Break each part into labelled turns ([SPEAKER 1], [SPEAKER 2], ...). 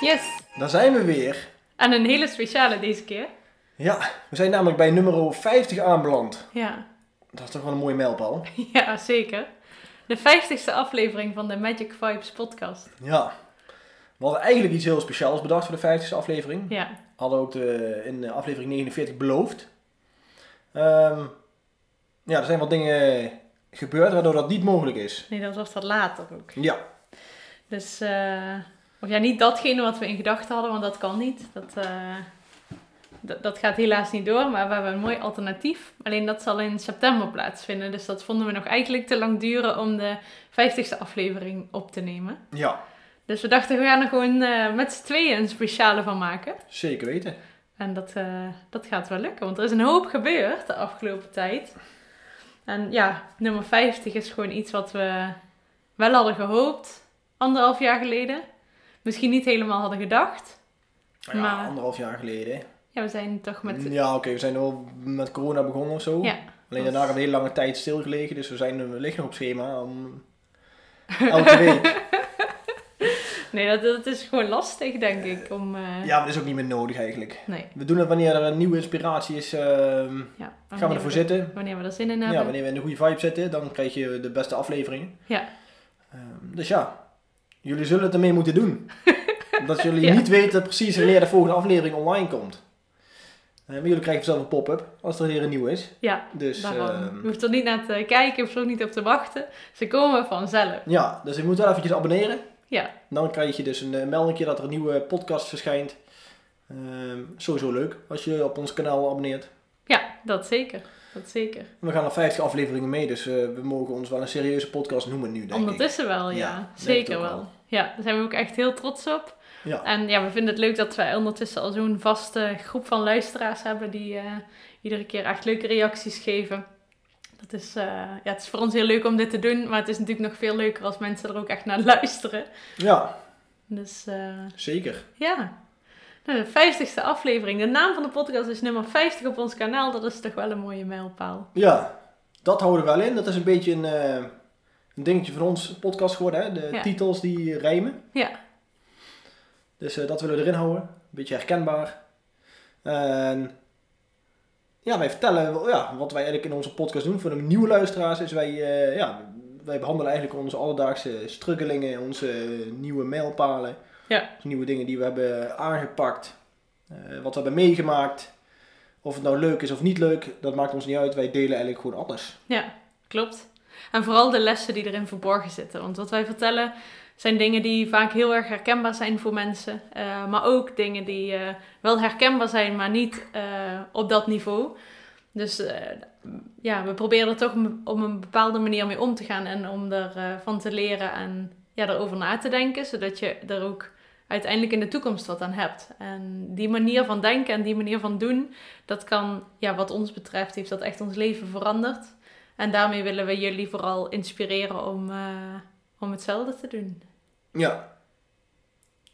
[SPEAKER 1] Yes,
[SPEAKER 2] Daar zijn we weer.
[SPEAKER 1] en een hele speciale deze keer.
[SPEAKER 2] Ja, we zijn namelijk bij nummer 50 aanbeland.
[SPEAKER 1] Ja,
[SPEAKER 2] Dat is toch wel een mooie mijlpaal.
[SPEAKER 1] ja zeker. De 50ste aflevering van de Magic Vibes podcast.
[SPEAKER 2] Ja. We hadden eigenlijk iets heel speciaals bedacht voor de 50ste aflevering.
[SPEAKER 1] Ja,
[SPEAKER 2] Hadden ook de, in eh, aflevering 49 beloofd. Ehm, ja, er zijn wat dingen gebeurd waardoor dat niet mogelijk is.
[SPEAKER 1] nee, dat was dat later ook.
[SPEAKER 2] Ja,
[SPEAKER 1] Dus, eh, of ja, niet datgene wat we in gedachten hadden, want dat kan niet. Dat, eh, dat- dat gaat helaas niet door, maar we hebben een mooi alternatief. Alleen dat zal in september plaatsvinden. Dus dat vonden we nog eigenlijk te lang duren om de 50ste aflevering op te nemen.
[SPEAKER 2] ja,
[SPEAKER 1] Dus we dachten, we gaan er gewoon eh, met z'n tweeën een speciale van maken.
[SPEAKER 2] zeker weten.
[SPEAKER 1] En dat, eh, dat gaat wel lukken, want er is een hoop gebeurd de afgelopen tijd. En ja, nummer 50 is gewoon iets wat we wel hadden gehoopt, anderhalf jaar geleden. Misschien niet helemaal hadden gedacht.
[SPEAKER 2] Nou Ja,
[SPEAKER 1] Maar-
[SPEAKER 2] anderhalf jaar geleden. hè.
[SPEAKER 1] Ja, we zijn toch met...
[SPEAKER 2] Ja, oké, we zijn wel met corona begonnen of zo.
[SPEAKER 1] Ja, dat-
[SPEAKER 2] Alleen daarna hebben we een hele lange tijd stilgelegen, dus we zijn we liggen nog op schema om elke week.
[SPEAKER 1] Nee, dat, dat is gewoon lastig, denk ik, om... eh,
[SPEAKER 2] Ja, maar dat is ook niet meer nodig eigenlijk.
[SPEAKER 1] Nee.
[SPEAKER 2] We doen het wanneer er een nieuwe inspiratie is, ehm,
[SPEAKER 1] Ja,
[SPEAKER 2] gaan we
[SPEAKER 1] wanneer
[SPEAKER 2] ervoor zitten.
[SPEAKER 1] Wanneer we er zin in hebben.
[SPEAKER 2] Ja, wanneer we in de goede vibe zitten, dan krijg je de beste aflevering.
[SPEAKER 1] Ja.
[SPEAKER 2] Ehm, dus ja, jullie zullen het ermee moeten doen. Omdat jullie
[SPEAKER 1] Ja.
[SPEAKER 2] niet weten precies wanneer de volgende aflevering online komt. Eh, maar jullie krijgen zelf een pop-up als er weer een nieuw is.
[SPEAKER 1] Ja,
[SPEAKER 2] Dus
[SPEAKER 1] daarom.
[SPEAKER 2] ehm,
[SPEAKER 1] Je hoeft er niet naar te kijken, je hoeft er ook niet op te wachten. Ze komen vanzelf.
[SPEAKER 2] ja, dus je moet wel eventjes abonneren.
[SPEAKER 1] Ja.
[SPEAKER 2] Dan krijg je dus een eh, melding dat er een nieuwe podcast verschijnt. Ehm, sowieso leuk als je op ons kanaal abonneert.
[SPEAKER 1] Ja, dat zeker. Dat zeker.
[SPEAKER 2] We gaan al 50 afleveringen mee, dus eh, we mogen ons wel een serieuze podcast noemen nu, denk ik.
[SPEAKER 1] Ondertussen wel, ja.
[SPEAKER 2] Ja, denk het
[SPEAKER 1] Zeker
[SPEAKER 2] ook
[SPEAKER 1] wel.
[SPEAKER 2] wel.
[SPEAKER 1] Ja, daar zijn we ook echt heel trots op.
[SPEAKER 2] Ja.
[SPEAKER 1] En ja, we vinden het leuk dat wij ondertussen al zo'n vaste groep van luisteraars hebben die eh, iedere keer echt leuke reacties geven. Dat is, eh, ja, het is voor ons heel leuk om dit te doen, maar het is natuurlijk nog veel leuker als mensen er ook echt naar luisteren.
[SPEAKER 2] ja,
[SPEAKER 1] Dus eh,
[SPEAKER 2] zeker.
[SPEAKER 1] ja. Nou, de 50ste aflevering. De naam van de podcast is nummer 50 op ons kanaal. Dat is toch wel een mooie mijlpaal.
[SPEAKER 2] Ja, dat houden we wel in. Dat is een beetje een, eh, een dingetje van ons podcast geworden, hè? de
[SPEAKER 1] Ja.
[SPEAKER 2] titels die rijmen.
[SPEAKER 1] Ja.
[SPEAKER 2] Dus eh, dat willen we erin houden. Een beetje herkenbaar. En ja, wij vertellen ja, wat wij eigenlijk in onze podcast doen voor de nieuwe luisteraars. Is wij, eh, ja, wij behandelen eigenlijk onze alledaagse struggelingen, onze nieuwe mijlpalen.
[SPEAKER 1] Ja.
[SPEAKER 2] Dus nieuwe dingen die we hebben aangepakt, eh, wat we hebben meegemaakt. Of het nou leuk is of niet leuk, dat maakt ons niet uit. Wij delen eigenlijk gewoon alles.
[SPEAKER 1] Ja, klopt. En vooral de lessen die erin verborgen zitten. Want wat wij vertellen zijn dingen die vaak heel erg herkenbaar zijn voor mensen. eh, maar ook dingen die eh, wel herkenbaar zijn, maar niet eh, op dat niveau. Dus eh, ja, we proberen er toch m- op een bepaalde manier mee om te gaan en om ervan van te leren en ja, erover na te denken, zodat je er ook uiteindelijk in de toekomst wat aan hebt. En die manier van denken en die manier van doen, dat kan, ja, wat ons betreft, heeft dat echt ons leven veranderd. En daarmee willen we jullie vooral inspireren om, eh, om hetzelfde te doen.
[SPEAKER 2] Ja.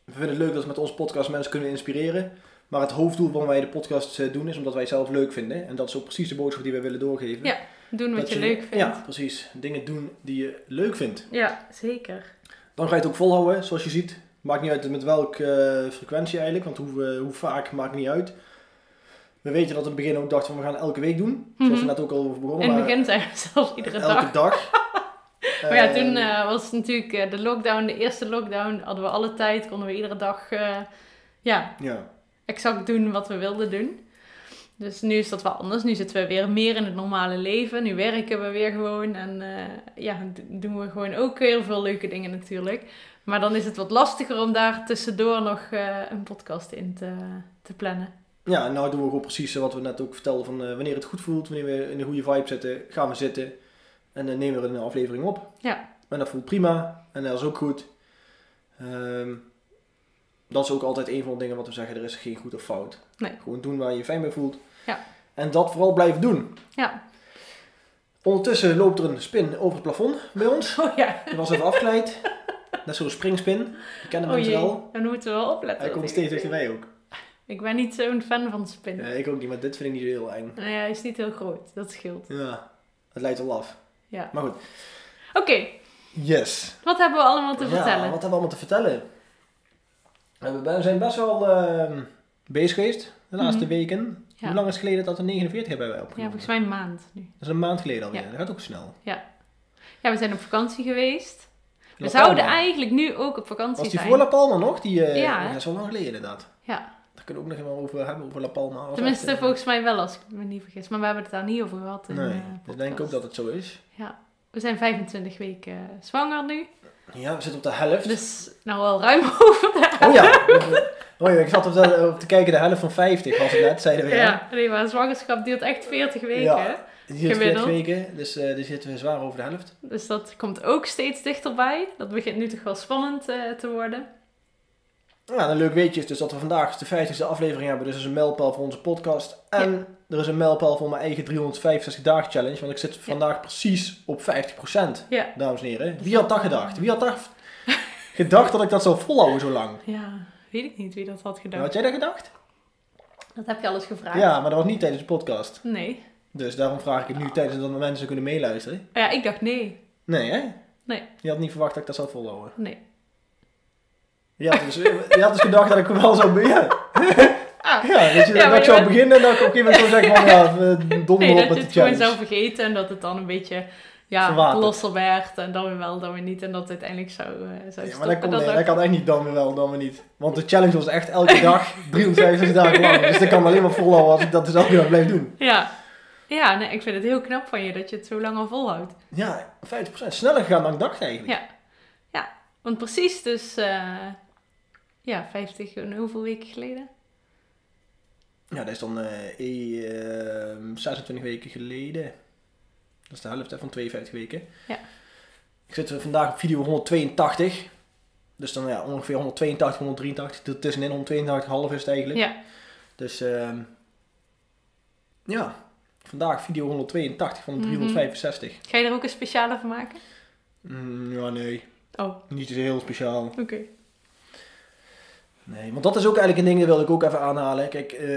[SPEAKER 2] We vinden het leuk dat we met onze podcast mensen kunnen inspireren. Maar het hoofddoel waarom wij de podcast eh, doen is omdat wij het zelf leuk vinden. En dat is ook precies de boodschap die wij willen doorgeven.
[SPEAKER 1] Ja, Doen wat
[SPEAKER 2] Dat
[SPEAKER 1] je, leuk vindt.
[SPEAKER 2] Ja, precies. Dingen doen die je leuk vindt.
[SPEAKER 1] Ja, zeker.
[SPEAKER 2] Dan ga je het ook volhouden, zoals je ziet. Maakt niet uit met welke eh, frequentie eigenlijk, want hoe, eh, hoe vaak maakt niet uit. We weten dat we in het begin ook dachten van we gaan elke week doen. Zoals we
[SPEAKER 1] Mhm.
[SPEAKER 2] net ook al over begonnen.
[SPEAKER 1] In het
[SPEAKER 2] maar
[SPEAKER 1] begin zijn we zelfs iedere dag.
[SPEAKER 2] eh, Elke dag.
[SPEAKER 1] Maar ja,
[SPEAKER 2] Eh,
[SPEAKER 1] toen eh, was het natuurlijk eh, de lockdown, de eerste lockdown, hadden we alle tijd, konden we iedere dag eh, ja,
[SPEAKER 2] Ja,
[SPEAKER 1] exact doen wat we wilden doen. Dus nu is dat wel anders. Nu zitten we weer meer in het normale leven. Nu werken we weer gewoon. En eh, ja, d- doen we gewoon ook heel veel leuke dingen natuurlijk. Maar dan is het wat lastiger om daar tussendoor nog eh, een podcast in te, te plannen.
[SPEAKER 2] Ja, en nou doen we gewoon precies wat we net ook vertelden van eh, wanneer het goed voelt, wanneer we in de goede vibe zitten, eh, gaan we zitten en dan nemen we een aflevering op.
[SPEAKER 1] Ja.
[SPEAKER 2] En dat voelt prima en dat is ook goed. Ehm, dat is ook altijd een van de dingen wat we zeggen, er is geen goed of fout.
[SPEAKER 1] Nee.
[SPEAKER 2] Gewoon doen waar je je fijn bij voelt.
[SPEAKER 1] Ja.
[SPEAKER 2] En dat vooral blijven doen.
[SPEAKER 1] Ja.
[SPEAKER 2] Ondertussen loopt er een spin over het plafond bij ons.
[SPEAKER 1] Oh ja.
[SPEAKER 2] Die was even afgeleid. Net zo'n springspin. Die kennen
[SPEAKER 1] Oh
[SPEAKER 2] mensen
[SPEAKER 1] jee.
[SPEAKER 2] wel.
[SPEAKER 1] Dan moeten we wel opletten.
[SPEAKER 2] Hij komt
[SPEAKER 1] natuurlijk.
[SPEAKER 2] steeds dichterbij ook.
[SPEAKER 1] Ik ben niet zo'n fan van spinnen.
[SPEAKER 2] Eh, ik ook niet, maar dit vind ik niet zo heel eng.
[SPEAKER 1] Nou ja, hij is niet heel groot. Dat scheelt.
[SPEAKER 2] Ja, het leidt al af.
[SPEAKER 1] Ja.
[SPEAKER 2] Maar goed.
[SPEAKER 1] Oké,
[SPEAKER 2] Yes.
[SPEAKER 1] wat hebben we allemaal te
[SPEAKER 2] ja,
[SPEAKER 1] vertellen?
[SPEAKER 2] wat hebben we allemaal te vertellen? En We ben- zijn best wel ehm, bezig geweest de laatste
[SPEAKER 1] Mhm.
[SPEAKER 2] weken.
[SPEAKER 1] Ja.
[SPEAKER 2] Hoe lang is het geleden dat we 49 hebben wij
[SPEAKER 1] Ja,
[SPEAKER 2] opgenomen?
[SPEAKER 1] volgens mij een maand nu.
[SPEAKER 2] Dat is een maand geleden alweer.
[SPEAKER 1] Ja.
[SPEAKER 2] Dat gaat ook snel.
[SPEAKER 1] Ja, we zijn op vakantie geweest. We
[SPEAKER 2] La
[SPEAKER 1] zouden
[SPEAKER 2] Palma.
[SPEAKER 1] eigenlijk nu ook op vakantie
[SPEAKER 2] Was die
[SPEAKER 1] zijn.
[SPEAKER 2] voor La Palma nog? Die, eh
[SPEAKER 1] Ja,
[SPEAKER 2] ja.
[SPEAKER 1] hè?
[SPEAKER 2] Dat is al lang geleden inderdaad.
[SPEAKER 1] Ja,
[SPEAKER 2] Daar kunnen we ook nog even over hebben, over La Palma. Als
[SPEAKER 1] tenminste
[SPEAKER 2] echt, eh,
[SPEAKER 1] volgens mij wel als ik me niet vergis. Maar we hebben het daar niet over gehad. In,
[SPEAKER 2] Nee,
[SPEAKER 1] eh,
[SPEAKER 2] dus
[SPEAKER 1] podcast.
[SPEAKER 2] denk ik ook dat het zo is.
[SPEAKER 1] We zijn 25 weken eh, zwanger nu.
[SPEAKER 2] Ja, we zitten op de helft.
[SPEAKER 1] Dus nou wel ruim over de
[SPEAKER 2] Oh ja. oh ja, ik zat op te, op te kijken, de helft van 50 was het net, zeiden we. Ja.
[SPEAKER 1] Ja, nee, maar een zwangerschap duurt echt 40 weken.
[SPEAKER 2] Ja.
[SPEAKER 1] hè?
[SPEAKER 2] Hier is
[SPEAKER 1] Gemiddeld.
[SPEAKER 2] 40 weken, dus eh daar zitten we zwaar over de helft.
[SPEAKER 1] Dus dat komt ook steeds dichterbij. Dat begint nu toch wel spannend eh, te worden.
[SPEAKER 2] Ja, en een leuk weetje is dus dat we vandaag de 50ste aflevering hebben. Dus dat is een mijlpaal voor onze podcast. En er is een mijlpaal voor mijn eigen 365 dagen challenge. Want ik zit vandaag precies op 50%.
[SPEAKER 1] Ja.
[SPEAKER 2] Dames en heren. Wie had dat gedacht? Wie had dat gedacht dat ik dat zou volhouden zo lang?
[SPEAKER 1] Ja, weet ik niet wie dat had gedaan.
[SPEAKER 2] Had jij dat gedacht?
[SPEAKER 1] Dat heb je alles gevraagd.
[SPEAKER 2] Nou, Ja, maar dat was niet tijdens de podcast.
[SPEAKER 1] Nee. Oh
[SPEAKER 2] Dus daarom vraag ik het nu tijdens dat mensen kunnen meeluisteren.
[SPEAKER 1] Ja, ik dacht nee.
[SPEAKER 2] Nee, hè?
[SPEAKER 1] Nee.
[SPEAKER 2] Je had niet verwacht dat ik dat zou volhouden.
[SPEAKER 1] Nee.
[SPEAKER 2] Je had dus, je had dus gedacht dat ik wel zou... be- Ja.
[SPEAKER 1] Ah.
[SPEAKER 2] Ja, dat je,
[SPEAKER 1] Ja, maar
[SPEAKER 2] dat
[SPEAKER 1] je
[SPEAKER 2] ik zou
[SPEAKER 1] bent-
[SPEAKER 2] beginnen en dat ik op een gegeven moment zou zeggen van ja, eh, donder
[SPEAKER 1] Nee,
[SPEAKER 2] op
[SPEAKER 1] dat je het
[SPEAKER 2] met de
[SPEAKER 1] gewoon
[SPEAKER 2] challenge.
[SPEAKER 1] zou vergeten en dat het dan een beetje ja,
[SPEAKER 2] Verwaterd.
[SPEAKER 1] losser werd. En dan weer wel, dan weer niet. En dat het uiteindelijk zou, eh, zou
[SPEAKER 2] Ja, maar dat,
[SPEAKER 1] stoppen.
[SPEAKER 2] kon,
[SPEAKER 1] Dat
[SPEAKER 2] nee,
[SPEAKER 1] dacht-
[SPEAKER 2] dat kan echt niet dan weer wel, dan weer niet. Want de challenge was echt elke dag 365 dagen lang. Dus dat kan alleen maar volhouden als ik dat dus elke dag blijf doen.
[SPEAKER 1] Ja, ja nee, ik vind het heel knap van je dat je het zo lang al volhoudt.
[SPEAKER 2] Ja, 50% sneller gegaan dan ik dacht eigenlijk.
[SPEAKER 1] Ja. Want precies dus, eh, ja, 50 en hoeveel weken geleden?
[SPEAKER 2] Ja, dat is dan eh, eh, 26 weken geleden. Dat is de helft hè, van 52 weken.
[SPEAKER 1] Ja.
[SPEAKER 2] Ik zit er vandaag op video 182. Dus dan ja, ongeveer 182, 183. Tussenin 182,5 is het eigenlijk.
[SPEAKER 1] Ja,
[SPEAKER 2] Dus ehm, ja, vandaag video 182 van de
[SPEAKER 1] Mhm.
[SPEAKER 2] 365.
[SPEAKER 1] ga je er ook een speciale van maken?
[SPEAKER 2] Mm, ja, nee,
[SPEAKER 1] Oh, oké.
[SPEAKER 2] niet zo heel speciaal. Nee, want dat is ook eigenlijk een ding, dat wil ik ook even aanhalen. Kijk, eh,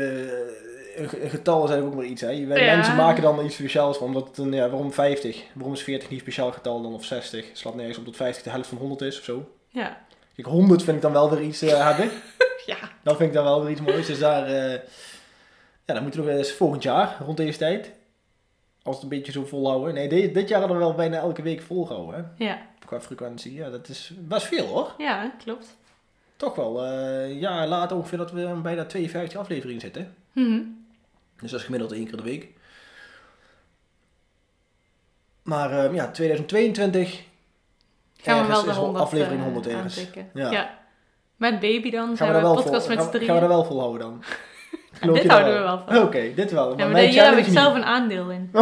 [SPEAKER 2] een, ge- een getal is eigenlijk ook maar iets. Hè. Je- wij
[SPEAKER 1] Ja.
[SPEAKER 2] Mensen maken dan iets speciaals van. Omdat, het een- ja, waarom 50? Waarom is 40 niet een speciaal getal dan of 60? Slaat nergens op dat 50 de helft van 100 is of zo.
[SPEAKER 1] Ja.
[SPEAKER 2] Kijk, 100 vind ik dan wel weer iets eh hebben.
[SPEAKER 1] Ja.
[SPEAKER 2] Dat vind ik dan wel weer iets moois. Dus daar, eh, ja, dan moeten we nog eens volgend jaar, rond deze tijd, als het een beetje zo volhouden. Nee, dit, dit jaar hadden we wel bijna elke week volgehouden, hè?
[SPEAKER 1] Ja,
[SPEAKER 2] qua frequentie. Ja, dat is best veel hoor.
[SPEAKER 1] ja, klopt.
[SPEAKER 2] Toch wel. eh, een jaar later ongeveer dat we bijna 52 afleveringen zitten.
[SPEAKER 1] Mhm.
[SPEAKER 2] Dus dat is gemiddeld één keer de week. Maar eh, ja, 2022
[SPEAKER 1] Gaan we
[SPEAKER 2] Ergens
[SPEAKER 1] wel de
[SPEAKER 2] is wel
[SPEAKER 1] 100
[SPEAKER 2] aflevering
[SPEAKER 1] eh,
[SPEAKER 2] 100 ergens.
[SPEAKER 1] aantikken. Ja.
[SPEAKER 2] Ja.
[SPEAKER 1] Met baby dan
[SPEAKER 2] gaan we,
[SPEAKER 1] zijn
[SPEAKER 2] daar
[SPEAKER 1] we
[SPEAKER 2] wel vol,
[SPEAKER 1] podcast met
[SPEAKER 2] gaan,
[SPEAKER 1] z'n
[SPEAKER 2] we-
[SPEAKER 1] drieën.
[SPEAKER 2] gaan we daar wel volhouden dan. Geloof
[SPEAKER 1] dit
[SPEAKER 2] je daar
[SPEAKER 1] houden we wel van.
[SPEAKER 2] Oké, dit wel.
[SPEAKER 1] Ja, maar
[SPEAKER 2] mijn
[SPEAKER 1] hier heb
[SPEAKER 2] challenge
[SPEAKER 1] ik
[SPEAKER 2] niet.
[SPEAKER 1] zelf een aandeel in.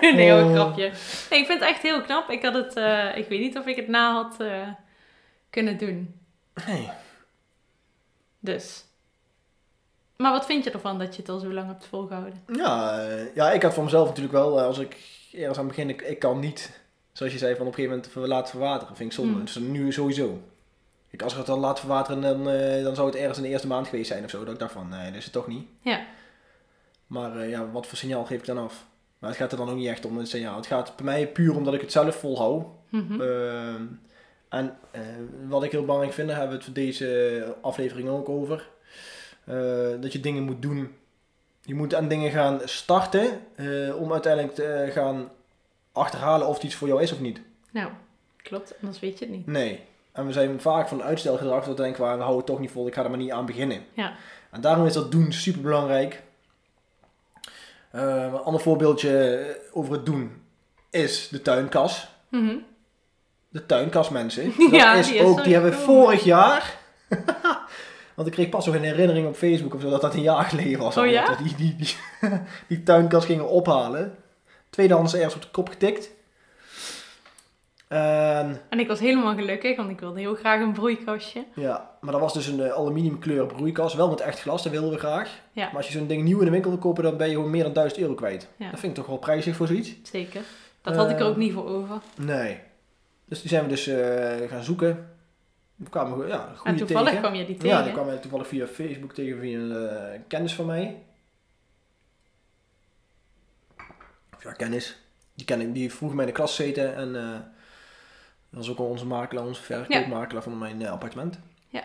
[SPEAKER 1] nee, hoor,
[SPEAKER 2] Oh.
[SPEAKER 1] grapje. Nee, ik vind het echt heel knap. Ik had het, eh, ik weet niet of ik het na had eh, kunnen doen.
[SPEAKER 2] Nee.
[SPEAKER 1] Dus. Maar wat vind je ervan dat je het al zo lang hebt volgehouden?
[SPEAKER 2] Ja, eh, ja, ik had voor mezelf natuurlijk wel, eh, als ik ergens aan het begin, ik, ik kan niet, zoals je zei, van op een gegeven moment ver- laten verwateren. Vind ik zonde.
[SPEAKER 1] Mm.
[SPEAKER 2] Dus nu sowieso. Ik, als ik het dan laat verwateren, dan, eh, dan zou het ergens in de eerste maand geweest zijn of zo. Dat ik dacht van, nee, dat is het toch niet.
[SPEAKER 1] Ja.
[SPEAKER 2] Maar eh, ja, wat voor signaal geef ik dan af? Maar het gaat er dan ook niet echt om een signaal. Het gaat bij mij puur omdat ik het zelf volhou.
[SPEAKER 1] Mhm.
[SPEAKER 2] Ehm, en eh, wat ik heel belangrijk vind, daar hebben we het voor deze aflevering ook over. eh, dat je dingen moet doen. Je moet aan dingen gaan starten eh, om uiteindelijk te eh, gaan achterhalen of het iets voor jou is of niet.
[SPEAKER 1] Nou, klopt. Anders weet je het niet.
[SPEAKER 2] Nee. En we zijn vaak van uitstelgedrag dat we denken, "Waar, we houden het toch niet vol, ik ga er maar niet aan beginnen.
[SPEAKER 1] Ja.
[SPEAKER 2] En daarom is dat doen super belangrijk. een ander voorbeeldje over het doen is de tuinkas.
[SPEAKER 1] Mhm.
[SPEAKER 2] De tuinkas, mensen. Dat
[SPEAKER 1] Ja,
[SPEAKER 2] is
[SPEAKER 1] die is
[SPEAKER 2] ook,
[SPEAKER 1] er
[SPEAKER 2] die hebben we
[SPEAKER 1] gekomen.
[SPEAKER 2] vorig jaar. Want ik kreeg pas nog een herinnering op Facebook of zo dat dat een jaar geleden was.
[SPEAKER 1] Oh ja?
[SPEAKER 2] Dat Die, die, die, die tuinkas gingen ophalen. Tweedehands ergens op de kop getikt. En
[SPEAKER 1] En ik was helemaal gelukkig, want ik wilde heel graag een broeikastje.
[SPEAKER 2] ja, maar dat was dus een eh, aluminiumkleur broeikas. Wel met echt glas, dat wilden we graag.
[SPEAKER 1] Ja.
[SPEAKER 2] Maar als je zo'n ding nieuw in de winkel wil kopen, dan ben je gewoon meer dan 1000 euro kwijt.
[SPEAKER 1] Ja.
[SPEAKER 2] Dat vind ik toch wel prijzig voor zoiets.
[SPEAKER 1] Zeker. Dat had ik er
[SPEAKER 2] Eh,
[SPEAKER 1] ook niet voor over.
[SPEAKER 2] Nee. Dus die zijn we dus eh, gaan zoeken. We kwamen gewoon, ja, een goede
[SPEAKER 1] En toevallig
[SPEAKER 2] tegen.
[SPEAKER 1] kwam je die
[SPEAKER 2] Ja,
[SPEAKER 1] tegen.
[SPEAKER 2] die kwam ik toevallig via Facebook tegen via een eh, kennis van mij. Of ja, kennis. Die, ken ik, die vroeg mij in de klas zitten en eh, dat was ook al onze makelaar, onze verkoopmakelaar van mijn eh, appartement.
[SPEAKER 1] Ja.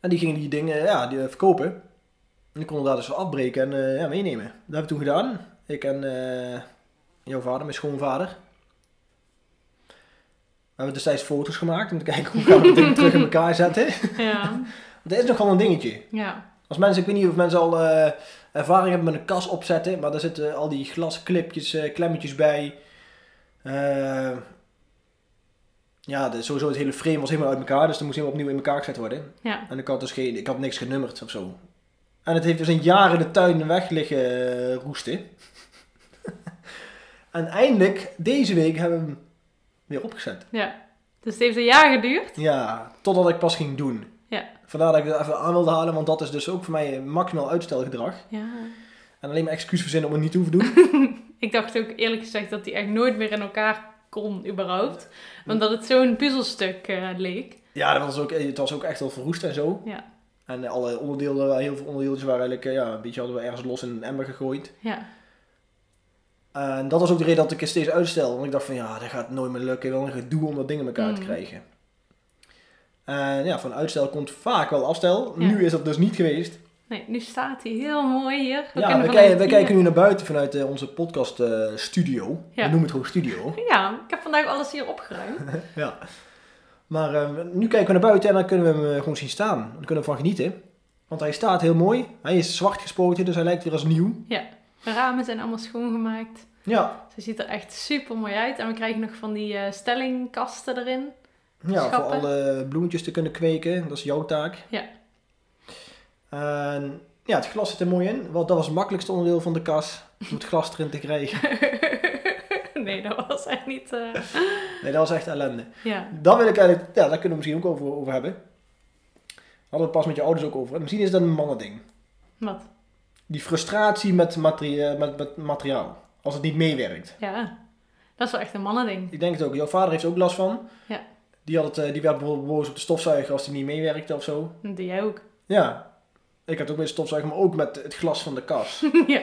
[SPEAKER 2] En die gingen die dingen ja, die, eh, verkopen. En ik kon daar dus wel afbreken en eh, ja, meenemen. Dat hebben we toen gedaan. Ik en eh, jouw vader, mijn schoonvader. We hebben destijds foto's gemaakt om te kijken hoe gaan we het ding terug in elkaar zetten.
[SPEAKER 1] Ja,
[SPEAKER 2] Dat is nogal een dingetje.
[SPEAKER 1] ja.
[SPEAKER 2] Als mensen, ik weet niet of mensen al eh, ervaring hebben met een kas opzetten, maar daar zitten al die glasklipjes, eh, klemmetjes bij. Eh, ja, de, sowieso het hele frame was helemaal uit elkaar, dus dat moest helemaal opnieuw in elkaar gezet worden.
[SPEAKER 1] ja.
[SPEAKER 2] En ik had dus geen, ik had niks genummerd of zo. En het heeft dus een jaar in de tuin weg liggen eh, roesten. en eindelijk, deze week, hebben we hem weer opgezet.
[SPEAKER 1] ja. Dus het heeft een jaar geduurd.
[SPEAKER 2] Ja, totdat ik pas ging doen.
[SPEAKER 1] Ja.
[SPEAKER 2] Vandaar dat ik dat even aan wilde halen, want dat is dus ook voor mij maximaal uitstelgedrag.
[SPEAKER 1] Ja.
[SPEAKER 2] En alleen maar excuus verzinnen om het niet te hoeven doen.
[SPEAKER 1] Ik dacht ook eerlijk gezegd dat die echt nooit meer in elkaar kon, überhaupt. Omdat het zo'n puzzelstuk eh, leek.
[SPEAKER 2] ja, dat was ook, eh, het was ook echt wel verroest en zo.
[SPEAKER 1] Ja.
[SPEAKER 2] En alle onderdelen, eh, heel veel onderdeeltjes waren eigenlijk, eh, ja, een beetje hadden we ergens los in een emmer gegooid.
[SPEAKER 1] Ja,
[SPEAKER 2] En dat was ook de reden dat ik het steeds uitstel. Want ik dacht van, ja, dat gaat nooit meer lukken. Wel een gedoe om dat ding in elkaar te
[SPEAKER 1] Mm.
[SPEAKER 2] krijgen. En ja, van uitstel komt vaak wel afstel.
[SPEAKER 1] Ja.
[SPEAKER 2] Nu is dat dus niet geweest.
[SPEAKER 1] nee, nu staat hij heel mooi hier.
[SPEAKER 2] ja,
[SPEAKER 1] kunnen
[SPEAKER 2] we,
[SPEAKER 1] vanuit
[SPEAKER 2] kijken, we
[SPEAKER 1] hier-
[SPEAKER 2] kijken nu naar buiten vanuit eh, onze podcast eh, studio. We
[SPEAKER 1] Ja.
[SPEAKER 2] noemen het gewoon studio.
[SPEAKER 1] Ja, ik heb vandaag alles hier opgeruimd.
[SPEAKER 2] Ja. Maar eh, nu kijken we naar buiten en dan kunnen we hem eh, gewoon zien staan. Dan kunnen we ervan genieten. Want hij staat heel mooi. Hij is zwart gespoten, dus hij lijkt weer als nieuw.
[SPEAKER 1] De ramen zijn allemaal schoongemaakt.
[SPEAKER 2] Ja,
[SPEAKER 1] Ze ziet er echt super mooi uit. En we krijgen nog van die eh, stellingkasten erin.
[SPEAKER 2] ja voor
[SPEAKER 1] Schappen.
[SPEAKER 2] alle bloemetjes te kunnen kweken. Dat is jouw taak.
[SPEAKER 1] Ja.
[SPEAKER 2] En ja, het glas zit er mooi in. Want dat was het makkelijkste onderdeel van de kas. Om het glas erin te krijgen.
[SPEAKER 1] nee, dat was echt niet. eh,
[SPEAKER 2] Nee, dat was echt ellende.
[SPEAKER 1] Ja.
[SPEAKER 2] Dan wil ik eigenlijk, ja, daar kunnen we misschien ook over, over hebben. Hadden we het pas met je ouders ook over. En misschien is dat een mannending.
[SPEAKER 1] Wat?
[SPEAKER 2] Die frustratie met, materia- met, met materiaal. Als het niet meewerkt.
[SPEAKER 1] Ja. Dat is wel echt een mannending.
[SPEAKER 2] Ik denk het ook. Jouw vader heeft er ook last van.
[SPEAKER 1] Ja.
[SPEAKER 2] Die, had het, eh, die werd bijvoorbeeld boos op de stofzuiger als die niet meewerkte of zo.
[SPEAKER 1] Dat doe jij ook.
[SPEAKER 2] Ja. Ik had ook met de stofzuiger, maar ook met het glas van de kas.
[SPEAKER 1] ja.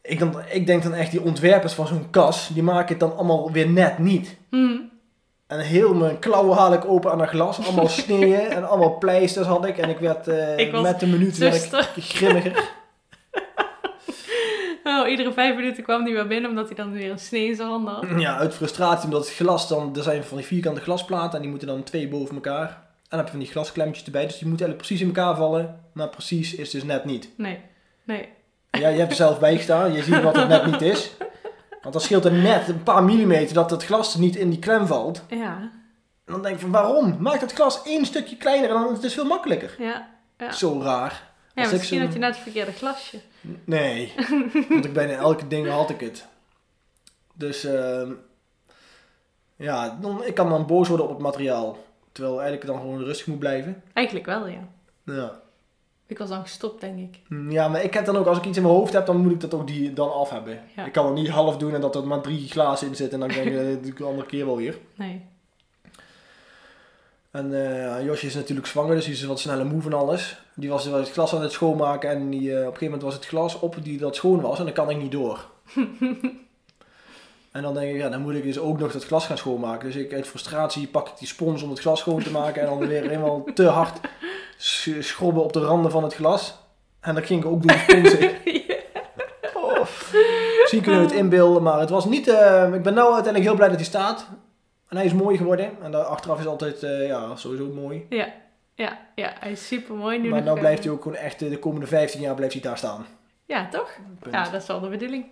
[SPEAKER 2] ik, dan, ik denk dan echt, die ontwerpers van zo'n kas, die maken het dan allemaal weer net niet.
[SPEAKER 1] Hm.
[SPEAKER 2] En heel mijn klauwen haal ik open aan dat glas. Allemaal sneeën en allemaal pleisters had ik. En ik werd eh,
[SPEAKER 1] Ik was
[SPEAKER 2] met de minuut werd
[SPEAKER 1] zuster.
[SPEAKER 2] ik grimmiger.
[SPEAKER 1] Oh, iedere vijf minuten kwam hij weer binnen omdat hij dan weer een snee in zijn handen had.
[SPEAKER 2] Ja, uit frustratie omdat het glas dan... Er zijn van die vierkante glasplaten en die moeten dan twee boven elkaar. En dan heb je van die glasklemmetjes erbij. Dus die moeten eigenlijk precies in elkaar vallen. Maar precies is dus net niet.
[SPEAKER 1] Nee. Nee.
[SPEAKER 2] Ja, je hebt er zelf bij gestaan. Je ziet wat het net niet is. Want dan scheelt er net een paar millimeter dat het glas niet in die klem valt.
[SPEAKER 1] Ja.
[SPEAKER 2] En dan denk je van waarom? Maak dat glas één stukje kleiner en dan is het dus veel makkelijker.
[SPEAKER 1] Ja. Ja.
[SPEAKER 2] Zo raar.
[SPEAKER 1] Ja,
[SPEAKER 2] Als ik
[SPEAKER 1] misschien
[SPEAKER 2] zo'n-
[SPEAKER 1] had je net het verkeerde glasje.
[SPEAKER 2] Nee. Want ik bijna elke ding had ik het. Dus ehm, ja, dan, ik kan dan boos worden op het materiaal. Terwijl eigenlijk dan gewoon rustig moet blijven.
[SPEAKER 1] Eigenlijk wel, ja.
[SPEAKER 2] Ja.
[SPEAKER 1] Ik was dan gestopt, denk ik.
[SPEAKER 2] Ja, maar ik heb dan ook, als ik iets in mijn hoofd heb, dan moet ik dat ook die, dan af hebben.
[SPEAKER 1] Ja.
[SPEAKER 2] Ik kan het niet half doen en dat er maar drie glazen in zitten en dan denk ik, eh, dat doe ik de andere keer wel weer.
[SPEAKER 1] Nee.
[SPEAKER 2] En eh, Josje is natuurlijk zwanger, dus die is wat sneller moe van alles. Die was wel het glas aan het schoonmaken en die, eh, op een gegeven moment was het glas op die dat schoon was en dan kan ik niet door. en dan denk ik, ja, dan moet ik dus ook nog dat glas gaan schoonmaken. Dus ik uit frustratie pak ik die spons om het glas schoon te maken en dan weer helemaal te hard sch- schrobben op de randen van het glas. En dat ging ik ook doen, spons in. Oh. Misschien kunnen we het inbeelden, maar het was niet... eh, ik ben nou uiteindelijk heel blij dat hij staat. En hij is mooi geworden. En daar achteraf is altijd, eh, ja, sowieso mooi.
[SPEAKER 1] Ja, ja, hij is super mooi nu.
[SPEAKER 2] Maar
[SPEAKER 1] nog,
[SPEAKER 2] nou
[SPEAKER 1] eh,
[SPEAKER 2] blijft hij ook gewoon echt, eh, de komende 15 jaar blijft hij daar staan.
[SPEAKER 1] Ja, toch?
[SPEAKER 2] Punt.
[SPEAKER 1] Ja,
[SPEAKER 2] Ja.
[SPEAKER 1] dat is wel de bedoeling.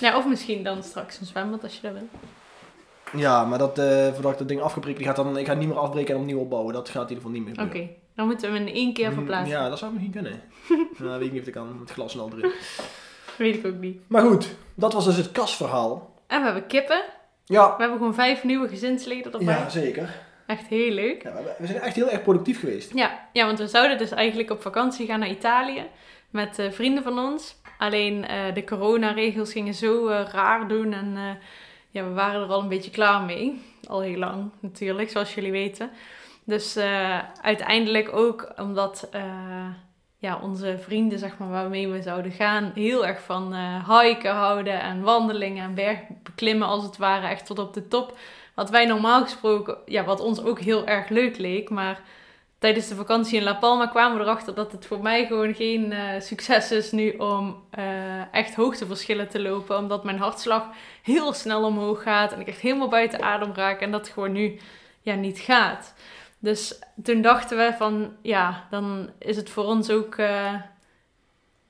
[SPEAKER 1] Ja, of misschien dan straks een zwembad als je dat wil.
[SPEAKER 2] Ja, maar dat, eh voordat ik dat ding afgebreken, die gaat dan, ik ga het niet meer afbreken en opnieuw opbouwen. Dat gaat in ieder geval niet meer
[SPEAKER 1] Oké,
[SPEAKER 2] gebeuren.
[SPEAKER 1] dan moeten we hem in één keer verplaatsen.
[SPEAKER 2] Mm, Ja, dat zou misschien kunnen. nou, weet ik niet of dat kan, met glas en al erin.
[SPEAKER 1] Weet ik ook niet.
[SPEAKER 2] Maar goed, dat was dus het kasverhaal.
[SPEAKER 1] En we hebben kippen.
[SPEAKER 2] Ja,
[SPEAKER 1] We hebben gewoon vijf nieuwe gezinsleden erbij.
[SPEAKER 2] ja zeker.
[SPEAKER 1] Echt heel leuk.
[SPEAKER 2] Ja, we- we zijn echt heel erg productief geweest.
[SPEAKER 1] Ja, ja, want we zouden dus eigenlijk op vakantie gaan naar Italië met eh, vrienden van ons. Alleen eh, de coronaregels gingen zo eh, raar doen en eh, ja, we waren er al een beetje klaar mee. Al heel lang natuurlijk, zoals jullie weten. Dus eh, uiteindelijk ook omdat eh, ja, onze vrienden zeg maar, waarmee we zouden gaan heel erg van eh hiken houden en wandelingen en bergbeklimmen als het ware echt tot op de top. Wat wij normaal gesproken, ja, wat ons ook heel erg leuk leek, maar tijdens de vakantie in La Palma kwamen we erachter dat het voor mij gewoon geen eh, succes is nu om eh, echt hoogteverschillen te lopen. Omdat mijn hartslag heel snel omhoog gaat en ik echt helemaal buiten adem raak en dat gewoon nu ja, niet gaat. Dus toen dachten we van ja, dan is het voor ons ook eh,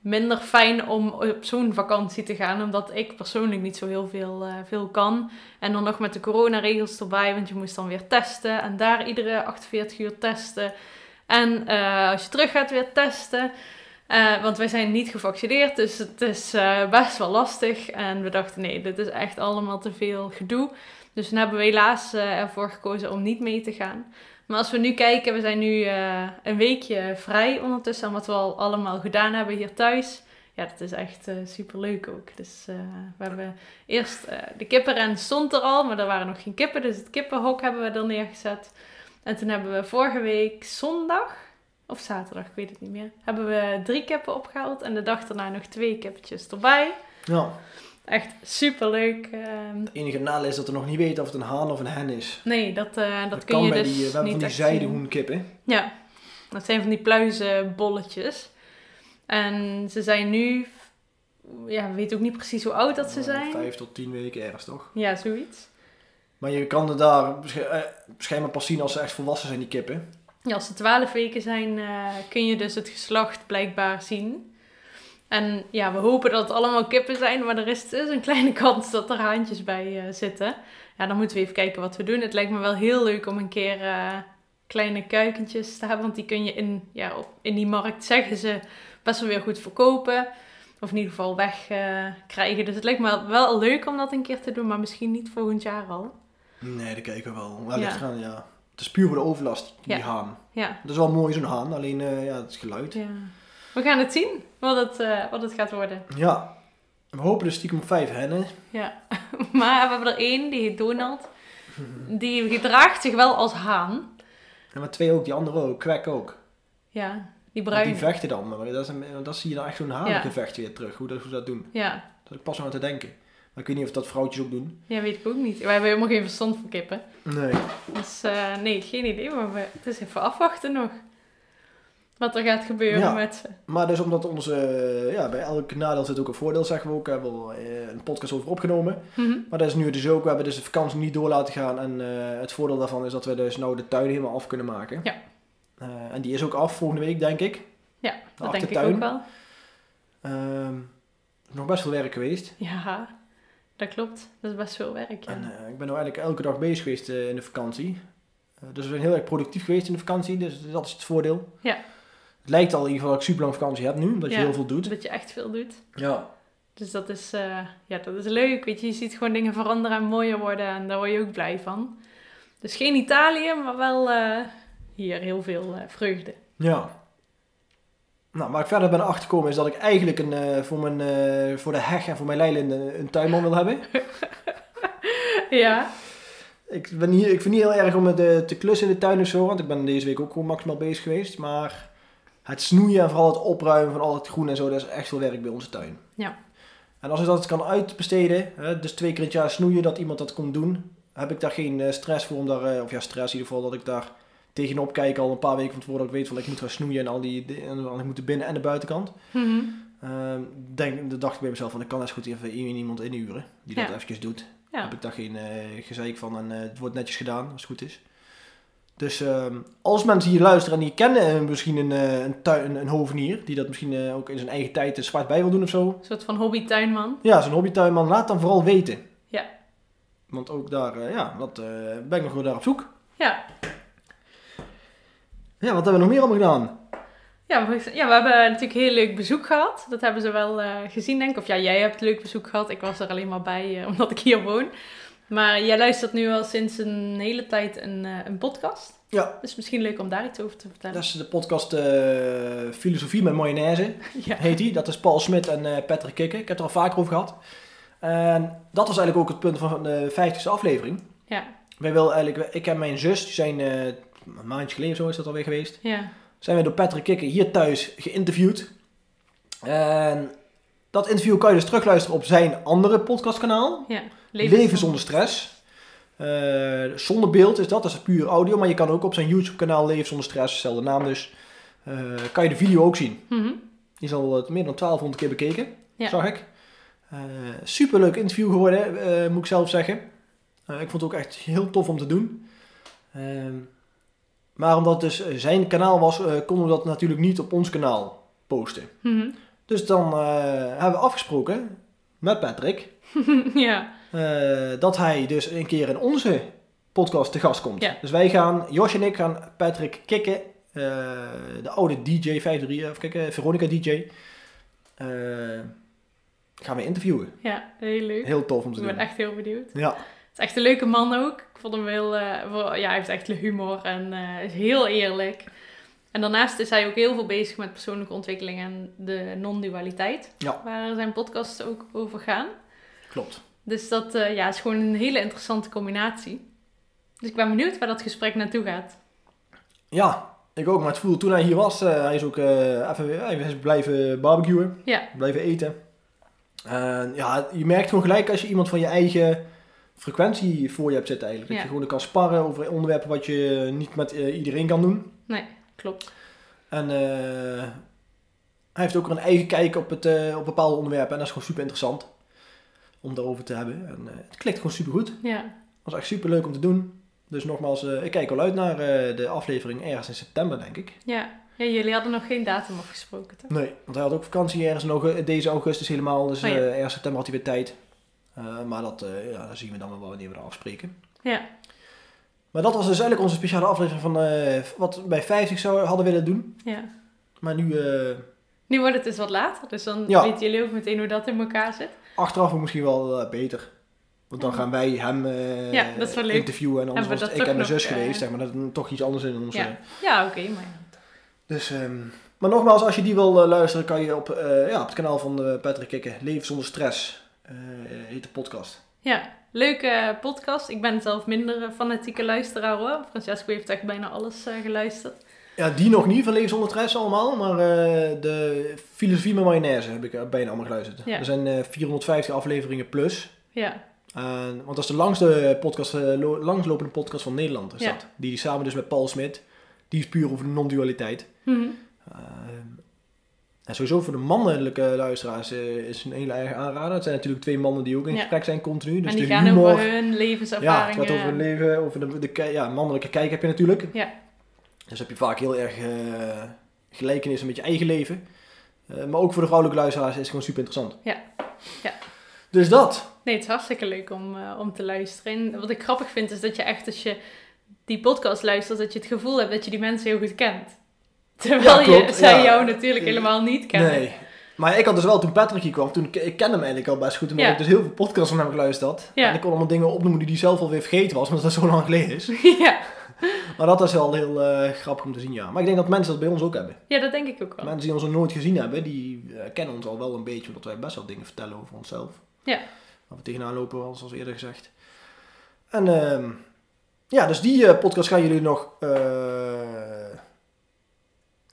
[SPEAKER 1] minder fijn om op zo'n vakantie te gaan. Omdat ik persoonlijk niet zo heel veel, eh, veel kan. En dan nog met de coronaregels erbij, want je moest dan weer testen. En daar iedere 48 uur testen. En eh, als je terug gaat weer testen. Eh, want wij zijn niet gevaccineerd, dus het is eh, best wel lastig. En we dachten, nee, dit is echt allemaal te veel gedoe. Dus toen hebben we helaas eh, ervoor gekozen om niet mee te gaan. Maar als we nu kijken, we zijn nu eh, een weekje vrij ondertussen. En wat we al allemaal gedaan hebben hier thuis. Ja, dat is echt eh super leuk ook. Dus eh, we hebben eerst eh, de kippenren stond er al, maar er waren nog geen kippen. Dus het kippenhok hebben we er neergezet. En toen hebben we vorige week zondag of zaterdag, ik weet het niet meer. Hebben we drie kippen opgehaald en de dag daarna nog twee kippetjes erbij.
[SPEAKER 2] Nou,
[SPEAKER 1] Echt superleuk. ehm.
[SPEAKER 2] het enige nadeel is dat we nog niet weten of het een haan of een hen is.
[SPEAKER 1] nee, dat, eh, dat,
[SPEAKER 2] Dat,
[SPEAKER 1] kun
[SPEAKER 2] kan
[SPEAKER 1] je
[SPEAKER 2] bij
[SPEAKER 1] dus
[SPEAKER 2] die, eh, we hebben
[SPEAKER 1] niet
[SPEAKER 2] van die
[SPEAKER 1] echt zien.
[SPEAKER 2] zijdehoenkippen.
[SPEAKER 1] Ja, dat zijn van die pluizenbolletjes. En ze zijn nu, ja, we weten ook niet precies hoe oud dat ze
[SPEAKER 2] Eh,
[SPEAKER 1] zijn.
[SPEAKER 2] Vijf tot tien weken ergens toch?
[SPEAKER 1] Ja, zoiets.
[SPEAKER 2] Maar je kan het daar sch- eh, schijnbaar pas zien als ze echt volwassen zijn, die kippen.
[SPEAKER 1] Ja, als ze twaalf weken zijn, eh, kun je dus het geslacht blijkbaar zien. En ja, we hopen dat het allemaal kippen zijn, maar er is dus een kleine kans dat er haantjes bij eh, zitten. Ja, dan moeten we even kijken wat we doen. Het lijkt me wel heel leuk om een keer eh, kleine kuikentjes te hebben, want die kun je in, ja, op, in die markt, zeggen ze, best wel weer goed verkopen. Of in ieder geval wegkrijgen. krijgen. dus het lijkt me wel leuk om dat een keer te doen, maar misschien niet volgend jaar al.
[SPEAKER 2] Nee, dat kijken we wel.
[SPEAKER 1] Ja.
[SPEAKER 2] Wellicht gaan, ja. Het is puur voor de overlast, die
[SPEAKER 1] Ja.
[SPEAKER 2] haan.
[SPEAKER 1] Ja,
[SPEAKER 2] Dat is wel mooi, zo'n haan. Alleen eh, ja, het geluid.
[SPEAKER 1] ja. we gaan het zien wat het, eh, wat het gaat worden.
[SPEAKER 2] Ja. We hopen dus stiekem op vijf hennen.
[SPEAKER 1] Ja, maar we hebben er één, die heet Donald. Die gedraagt zich wel als haan.
[SPEAKER 2] En maar twee ook, die andere ook. Kwek ook.
[SPEAKER 1] Ja, die
[SPEAKER 2] Want
[SPEAKER 1] bruine.
[SPEAKER 2] Die vechten dan. Maar dat, is een- want dat zie je dan echt zo'n haangevecht weer terug. Hoe, dat, hoe ze dat doen.
[SPEAKER 1] Ja.
[SPEAKER 2] Dat ik pas aan te denken. Maar ik weet niet of dat vrouwtjes ook doen.
[SPEAKER 1] ja, weet ik ook niet. Wij hebben helemaal geen verstand van kippen.
[SPEAKER 2] Nee.
[SPEAKER 1] Dus eh, nee, geen idee. Maar we, het is even afwachten nog. Wat er gaat gebeuren
[SPEAKER 2] Ja.
[SPEAKER 1] met ze.
[SPEAKER 2] Maar dus omdat onze... eh, Ja, bij elk nadeel zit ook een voordeel, zeggen we ook. We hebben al eh, een podcast over opgenomen.
[SPEAKER 1] Mhm.
[SPEAKER 2] Maar dat is nu dus ook. We hebben dus de vakantie niet door laten gaan. En eh, het voordeel daarvan is dat we dus nou de tuin helemaal af kunnen maken.
[SPEAKER 1] Ja.
[SPEAKER 2] Eh, en die is ook af volgende week, denk ik.
[SPEAKER 1] Ja, Dat denk ik
[SPEAKER 2] achtertuin.
[SPEAKER 1] ook wel.
[SPEAKER 2] Ehm, er is nog best veel werk geweest.
[SPEAKER 1] Ja, dat klopt. Dat is best veel werk. Ja.
[SPEAKER 2] En eh, ik ben nou eigenlijk elke dag bezig geweest eh, in de vakantie. Eh, dus we zijn heel erg productief geweest in de vakantie. Dus dat is het voordeel.
[SPEAKER 1] Ja.
[SPEAKER 2] Het lijkt al in ieder geval dat ik super lang vakantie heb nu. Omdat
[SPEAKER 1] Ja.
[SPEAKER 2] je heel veel doet.
[SPEAKER 1] Dat je echt veel doet.
[SPEAKER 2] Ja.
[SPEAKER 1] Dus dat is, eh, ja, dat is leuk. Weet je, je ziet gewoon dingen veranderen en mooier worden. En daar word je ook blij van. Dus geen Italië, maar wel eh, hier heel veel eh, vreugde.
[SPEAKER 2] Ja. Nou, waar ik verder ben achterkomen is dat ik eigenlijk een, eh, voor, mijn, eh, voor de heg en voor mijn leilinden een tuinman wil hebben.
[SPEAKER 1] ja,
[SPEAKER 2] Ik, ben niet, ik vind niet heel erg om met, eh, te klussen in de tuin of zo, want ik ben deze week ook gewoon maximaal bezig geweest. Maar het snoeien en vooral het opruimen van al het groen en zo, dat is echt veel werk bij onze tuin.
[SPEAKER 1] Ja.
[SPEAKER 2] En als ik dat kan uitbesteden, hè, dus twee keer in het jaar snoeien, dat iemand dat komt doen, heb ik daar geen eh, stress voor om daar, eh, of ja, stress in ieder geval, dat ik daar tegenop kijk al een paar weken van tevoren, dat ik weet van ik moet gaan snoeien en al die, en, al- ik moet de binnen- en de buitenkant.
[SPEAKER 1] Mhm.
[SPEAKER 2] Ehm denk, dan dacht ik bij mezelf van ik kan eens goed even iemand inhuren, die dat
[SPEAKER 1] Ja.
[SPEAKER 2] eventjes doet
[SPEAKER 1] ja.
[SPEAKER 2] heb ik daar geen eh gezeik van en eh, het wordt netjes gedaan als het goed is. Dus ehm, als mensen hier luisteren en die kennen eh, misschien een, eh, een, tuin, een hovenier, die dat misschien eh, ook in zijn eigen tijd eh, zwart bij wil doen of zo.
[SPEAKER 1] Een soort van hobbytuinman.
[SPEAKER 2] Ja, zo'n hobbytuinman, laat dan vooral weten.
[SPEAKER 1] Ja.
[SPEAKER 2] Want ook daar, eh, ja, dat, eh, ben ik nog wel daar op zoek.
[SPEAKER 1] Ja.
[SPEAKER 2] Ja, wat hebben we nog meer allemaal gedaan?
[SPEAKER 1] Ja, we, ja, we hebben natuurlijk heel leuk bezoek gehad. Dat hebben ze wel eh, gezien, denk ik. Of ja, jij hebt leuk bezoek gehad. Ik was er alleen maar bij, eh, omdat ik hier woon. Maar jij luistert nu al sinds een hele tijd een, eh, een podcast.
[SPEAKER 2] Ja.
[SPEAKER 1] Dus misschien leuk om daar iets over te vertellen.
[SPEAKER 2] Dat is de podcast eh, Filosofie met Mayonaise.
[SPEAKER 1] ja.
[SPEAKER 2] heet die. Dat is Paul Smit en eh, Patrick Kikke. Ik heb het er al vaker over gehad. En dat was eigenlijk ook het punt van de 50ste aflevering.
[SPEAKER 1] ja,
[SPEAKER 2] Wij wilden eigenlijk, ik en mijn zus, die zijn eh, een maandje geleden of zo is dat alweer geweest.
[SPEAKER 1] ja,
[SPEAKER 2] Zijn wij door Patrick Kikke hier thuis geïnterviewd. En dat interview kan je dus terugluisteren op zijn andere podcastkanaal.
[SPEAKER 1] ja.
[SPEAKER 2] Leven, zonder stress. Eh, zonder beeld is dat, dat is puur audio. Maar je kan ook op zijn YouTube kanaal Leven zonder stress, dezelfde naam dus, eh, kan je de video ook zien.
[SPEAKER 1] Mhm.
[SPEAKER 2] Die is al eh, meer dan 1200 keer bekeken,
[SPEAKER 1] Ja.
[SPEAKER 2] zag ik. Eh, superleuk interview geworden, eh, moet ik zelf zeggen. Eh, ik vond het ook echt heel tof om te doen. Ehm, maar omdat het dus eh, zijn kanaal was, eh, konden we dat natuurlijk niet op ons kanaal posten.
[SPEAKER 1] Mhm.
[SPEAKER 2] Dus dan eh, hebben we afgesproken met Patrick
[SPEAKER 1] ja,
[SPEAKER 2] eh, dat hij dus een keer in onze podcast te gast komt.
[SPEAKER 1] Ja.
[SPEAKER 2] Dus wij gaan, Josh en ik gaan Patrick kicken, eh, de oude DJ 53, of kijk, eh, Veronica DJ, eh, gaan we interviewen.
[SPEAKER 1] ja, heel leuk.
[SPEAKER 2] Heel tof om te
[SPEAKER 1] Ik ben
[SPEAKER 2] doen.
[SPEAKER 1] echt heel benieuwd.
[SPEAKER 2] Ja,
[SPEAKER 1] Het is echt een leuke man ook. Ik vond hem heel... eh, wel- ja, hij heeft echt humor en eh, is heel eerlijk. En daarnaast is hij ook heel veel bezig met persoonlijke ontwikkeling en de non-dualiteit.
[SPEAKER 2] Ja.
[SPEAKER 1] Waar zijn podcasts ook over gaan.
[SPEAKER 2] klopt.
[SPEAKER 1] Dus dat eh, ja, is gewoon een hele interessante combinatie. Dus ik ben benieuwd waar dat gesprek naartoe gaat.
[SPEAKER 2] Ja, ik ook, maar het voelde toen hij hier was, eh, hij is ook eh, even hij is blijven barbecuen,
[SPEAKER 1] Ja.
[SPEAKER 2] blijven eten. En ja, je merkt gewoon gelijk als je iemand van je eigen frequentie voor je hebt zitten eigenlijk.
[SPEAKER 1] Ja.
[SPEAKER 2] Dat je gewoon kan sparren over onderwerpen wat je niet met eh, iedereen kan doen.
[SPEAKER 1] Klopt.
[SPEAKER 2] En eh, hij heeft ook een eigen kijk op, het, eh, op bepaalde onderwerpen. En dat is gewoon super interessant om daarover te hebben. En eh, het klikt gewoon super goed.
[SPEAKER 1] Ja.
[SPEAKER 2] was echt super leuk om te doen. Dus nogmaals, eh, ik kijk al uit naar eh, de aflevering ergens in september, denk ik.
[SPEAKER 1] ja. Ja, jullie hadden nog geen datum afgesproken, toch?
[SPEAKER 2] Nee, want hij had ook vakantie ergens in augu- deze augustus helemaal. Dus
[SPEAKER 1] Oh ja.
[SPEAKER 2] eh, ergens september had hij weer tijd. Eh, maar dat eh, ja, dat zien we dan wel wanneer we dat afspreken.
[SPEAKER 1] Ja.
[SPEAKER 2] Maar dat was dus eigenlijk onze speciale aflevering van eh, wat we bij 50 zou, hadden willen doen.
[SPEAKER 1] Ja.
[SPEAKER 2] Maar nu eh,
[SPEAKER 1] Nu wordt het dus wat later, dus dan
[SPEAKER 2] Ja.
[SPEAKER 1] weten jullie ook meteen hoe dat in elkaar zit.
[SPEAKER 2] Achteraf ook misschien wel eh, beter. Want dan gaan wij hem eh,
[SPEAKER 1] Mhm. Ja, dat is wel leuk.
[SPEAKER 2] interviewen. En anders
[SPEAKER 1] Hebben we
[SPEAKER 2] was het
[SPEAKER 1] dat
[SPEAKER 2] ik en
[SPEAKER 1] toch
[SPEAKER 2] mijn
[SPEAKER 1] nog,
[SPEAKER 2] zus
[SPEAKER 1] eh,
[SPEAKER 2] geweest. Zeg maar, dat is toch iets anders in ons. eh.
[SPEAKER 1] Ja, ja oké, maar ja.
[SPEAKER 2] Dus, ehm, maar nogmaals, als je die wil eh, luisteren, kan je op, eh, ja, op het kanaal van eh, Patrick kikken. Leven zonder stress eh, heet de podcast.
[SPEAKER 1] Ja, leuke eh, podcast. Ik ben zelf minder een fanatieke luisteraar hoor. Francesco heeft echt bijna alles eh, geluisterd.
[SPEAKER 2] Ja, die nog niet van Leven zonder stress allemaal. Maar eh, de filosofie met mayonaise heb ik eh, bijna allemaal geluisterd.
[SPEAKER 1] Ja.
[SPEAKER 2] Er zijn eh, 450 afleveringen plus.
[SPEAKER 1] Ja,
[SPEAKER 2] Eh, want dat is de langste podcast, eh, lo- langslopende podcast van Nederland. Is
[SPEAKER 1] Ja.
[SPEAKER 2] dat. Die samen dus met Paul Smit. Die is puur over de non-dualiteit.
[SPEAKER 1] Mhm.
[SPEAKER 2] Eh, en sowieso voor de mannelijke luisteraars eh, is een hele eigen aanrader. Het zijn natuurlijk twee mannen die ook in
[SPEAKER 1] Ja.
[SPEAKER 2] gesprek zijn continu. Dus
[SPEAKER 1] en die
[SPEAKER 2] de
[SPEAKER 1] gaan
[SPEAKER 2] humor.
[SPEAKER 1] over hun
[SPEAKER 2] ja, het
[SPEAKER 1] levenservaringen.
[SPEAKER 2] gaat over hun leven, over de, de ki- ja, mannelijke kijk heb je natuurlijk.
[SPEAKER 1] Ja.
[SPEAKER 2] Dus heb je vaak heel erg eh, gelijkenissen met je eigen leven. Eh, maar ook voor de vrouwelijke luisteraars is het gewoon super interessant.
[SPEAKER 1] Ja. Ja.
[SPEAKER 2] Dus dat.
[SPEAKER 1] Nee, het is hartstikke leuk om, eh, om te luisteren. En wat ik grappig vind is dat je echt als je die podcast luistert, dat je het gevoel hebt dat je die mensen heel goed kent. Terwijl
[SPEAKER 2] Ja, klopt,
[SPEAKER 1] je, zij
[SPEAKER 2] ja.
[SPEAKER 1] jou natuurlijk
[SPEAKER 2] Eh,
[SPEAKER 1] helemaal niet kennen.
[SPEAKER 2] Nee. Maar ik had dus wel toen Patrick hier kwam, toen ik, ik ken hem eigenlijk al best goed. Omdat
[SPEAKER 1] Ja.
[SPEAKER 2] ik dus heel veel podcasts van hem geluisterd had.
[SPEAKER 1] Ja.
[SPEAKER 2] En ik kon allemaal dingen opnoemen die hij zelf alweer vergeten was, omdat dat zo lang geleden is.
[SPEAKER 1] ja.
[SPEAKER 2] Maar dat is wel heel eh, grappig om te zien, ja. Maar ik denk dat mensen dat bij ons ook hebben.
[SPEAKER 1] ja, dat denk ik ook wel.
[SPEAKER 2] Mensen die ons nog nooit gezien hebben, die eh, kennen ons al wel een beetje, omdat wij best wel dingen vertellen over onszelf.
[SPEAKER 1] Ja.
[SPEAKER 2] Waar we tegenaan lopen, zoals eerder gezegd. En ehm, ja, dus die eh, podcast gaan jullie nog, eh,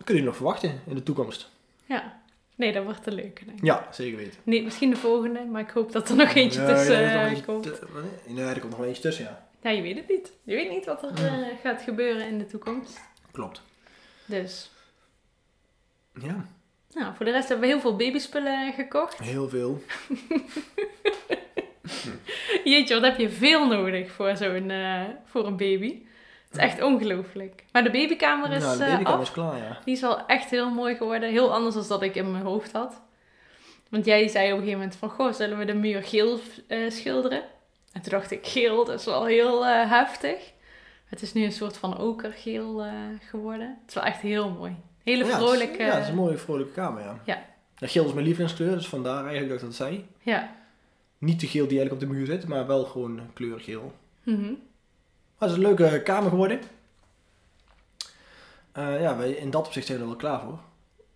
[SPEAKER 2] kunnen jullie nog verwachten in de toekomst.
[SPEAKER 1] Ja. Nee, dat wordt een leuke. Denk ik.
[SPEAKER 2] Ja, zeker weten.
[SPEAKER 1] Nee, misschien de volgende, maar ik hoop dat er nog eentje
[SPEAKER 2] Ja,
[SPEAKER 1] tussen
[SPEAKER 2] er is nog
[SPEAKER 1] eh,
[SPEAKER 2] eentje
[SPEAKER 1] komt.
[SPEAKER 2] tu- wanneer? Nee, er komt nog wel eentje tussen, ja.
[SPEAKER 1] Ja, je weet het niet. Je weet niet wat er eh, gaat gebeuren in de toekomst.
[SPEAKER 2] Klopt.
[SPEAKER 1] Dus,
[SPEAKER 2] Ja,
[SPEAKER 1] nou, voor de rest hebben we heel veel babyspullen gekocht.
[SPEAKER 2] heel veel.
[SPEAKER 1] Jeetje, wat heb je veel nodig voor zo'n eh, voor een baby. Het is echt ongelooflijk. Maar de babykamer is
[SPEAKER 2] nou, de
[SPEAKER 1] eh,
[SPEAKER 2] babykamer
[SPEAKER 1] af.
[SPEAKER 2] is klaar, ja.
[SPEAKER 1] Die is al echt heel mooi geworden. Heel anders dan dat ik in mijn hoofd had. Want jij zei op een gegeven moment van, goh, zullen we de muur geel eh, schilderen? En toen dacht ik, geel, dat is wel heel eh, heftig. Het is nu een soort van okergeel eh, geworden. Het is wel echt heel mooi. Hele
[SPEAKER 2] Oh Ja, het is-
[SPEAKER 1] vrolijke...
[SPEAKER 2] Ja, het is een mooie vrolijke kamer, ja.
[SPEAKER 1] Ja.
[SPEAKER 2] Ja, geel is mijn lievelingskleur, dus vandaar eigenlijk dat ik dat zei.
[SPEAKER 1] Ja,
[SPEAKER 2] Niet de geel die eigenlijk op de muur zit, maar wel gewoon kleurgeel.
[SPEAKER 1] Mhm.
[SPEAKER 2] Maar het is een leuke kamer geworden. Eh, ja, wij, in dat opzicht zijn we er wel klaar voor.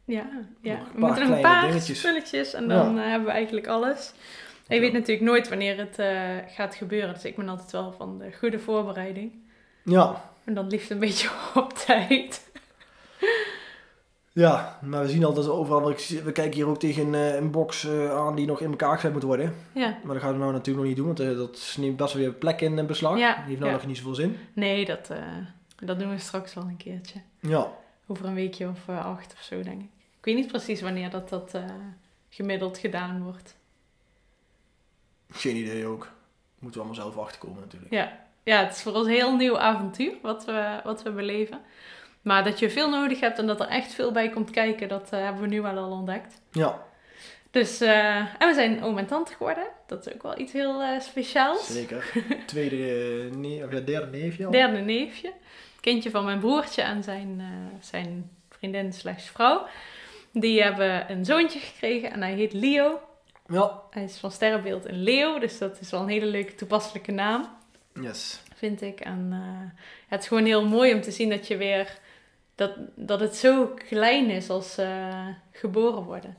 [SPEAKER 1] Ja,
[SPEAKER 2] Nog
[SPEAKER 1] ja.
[SPEAKER 2] een
[SPEAKER 1] we moeten
[SPEAKER 2] paar
[SPEAKER 1] nog een
[SPEAKER 2] kleine
[SPEAKER 1] paar
[SPEAKER 2] dingetjes.
[SPEAKER 1] spulletjes en
[SPEAKER 2] Ja.
[SPEAKER 1] dan eh, hebben we eigenlijk alles. Ik
[SPEAKER 2] Ja.
[SPEAKER 1] weet natuurlijk nooit wanneer het eh, gaat gebeuren, dus ik ben altijd wel van de goede voorbereiding.
[SPEAKER 2] Ja,
[SPEAKER 1] En dan liefst een beetje op tijd.
[SPEAKER 2] ja, maar we zien al dat we overal, we k- we kijken hier ook tegen eh, een box eh, aan die nog in elkaar gezet moet worden.
[SPEAKER 1] Ja,
[SPEAKER 2] Maar dat gaan we nou natuurlijk nog niet doen, want eh, dat neemt best wel weer plek in eh, beslag.
[SPEAKER 1] Ja,
[SPEAKER 2] Die heeft nou
[SPEAKER 1] ja.
[SPEAKER 2] nog niet zoveel zin.
[SPEAKER 1] nee, dat, eh, dat doen we straks wel een keertje.
[SPEAKER 2] Ja,
[SPEAKER 1] Over een weekje of eh, acht of zo, denk ik. Ik weet niet precies wanneer dat, dat eh, gemiddeld gedaan wordt.
[SPEAKER 2] geen idee ook. Moeten we allemaal zelf achterkomen natuurlijk.
[SPEAKER 1] Ja, het is voor ons een heel nieuw avontuur wat we, wat we beleven. Maar dat je veel nodig hebt en dat er echt veel bij komt kijken, dat eh, hebben we nu wel al ontdekt.
[SPEAKER 2] Ja,
[SPEAKER 1] Dus, eh, en we zijn oom en tante geworden. Dat is ook wel iets heel eh, speciaals.
[SPEAKER 2] zeker. Tweede, eh, nee, of ja, derde neefje al.
[SPEAKER 1] Derde neefje. Het kindje van mijn broertje en zijn, eh, zijn vriendin slash vrouw. Die hebben een zoontje gekregen en hij heet Leo.
[SPEAKER 2] Ja,
[SPEAKER 1] Hij is van sterrenbeeld een leeuw, dus dat is wel een hele leuke toepasselijke naam.
[SPEAKER 2] yes.
[SPEAKER 1] vind ik. En eh, het is gewoon heel mooi om te zien dat je weer dat, dat het zo klein is als eh, geboren worden.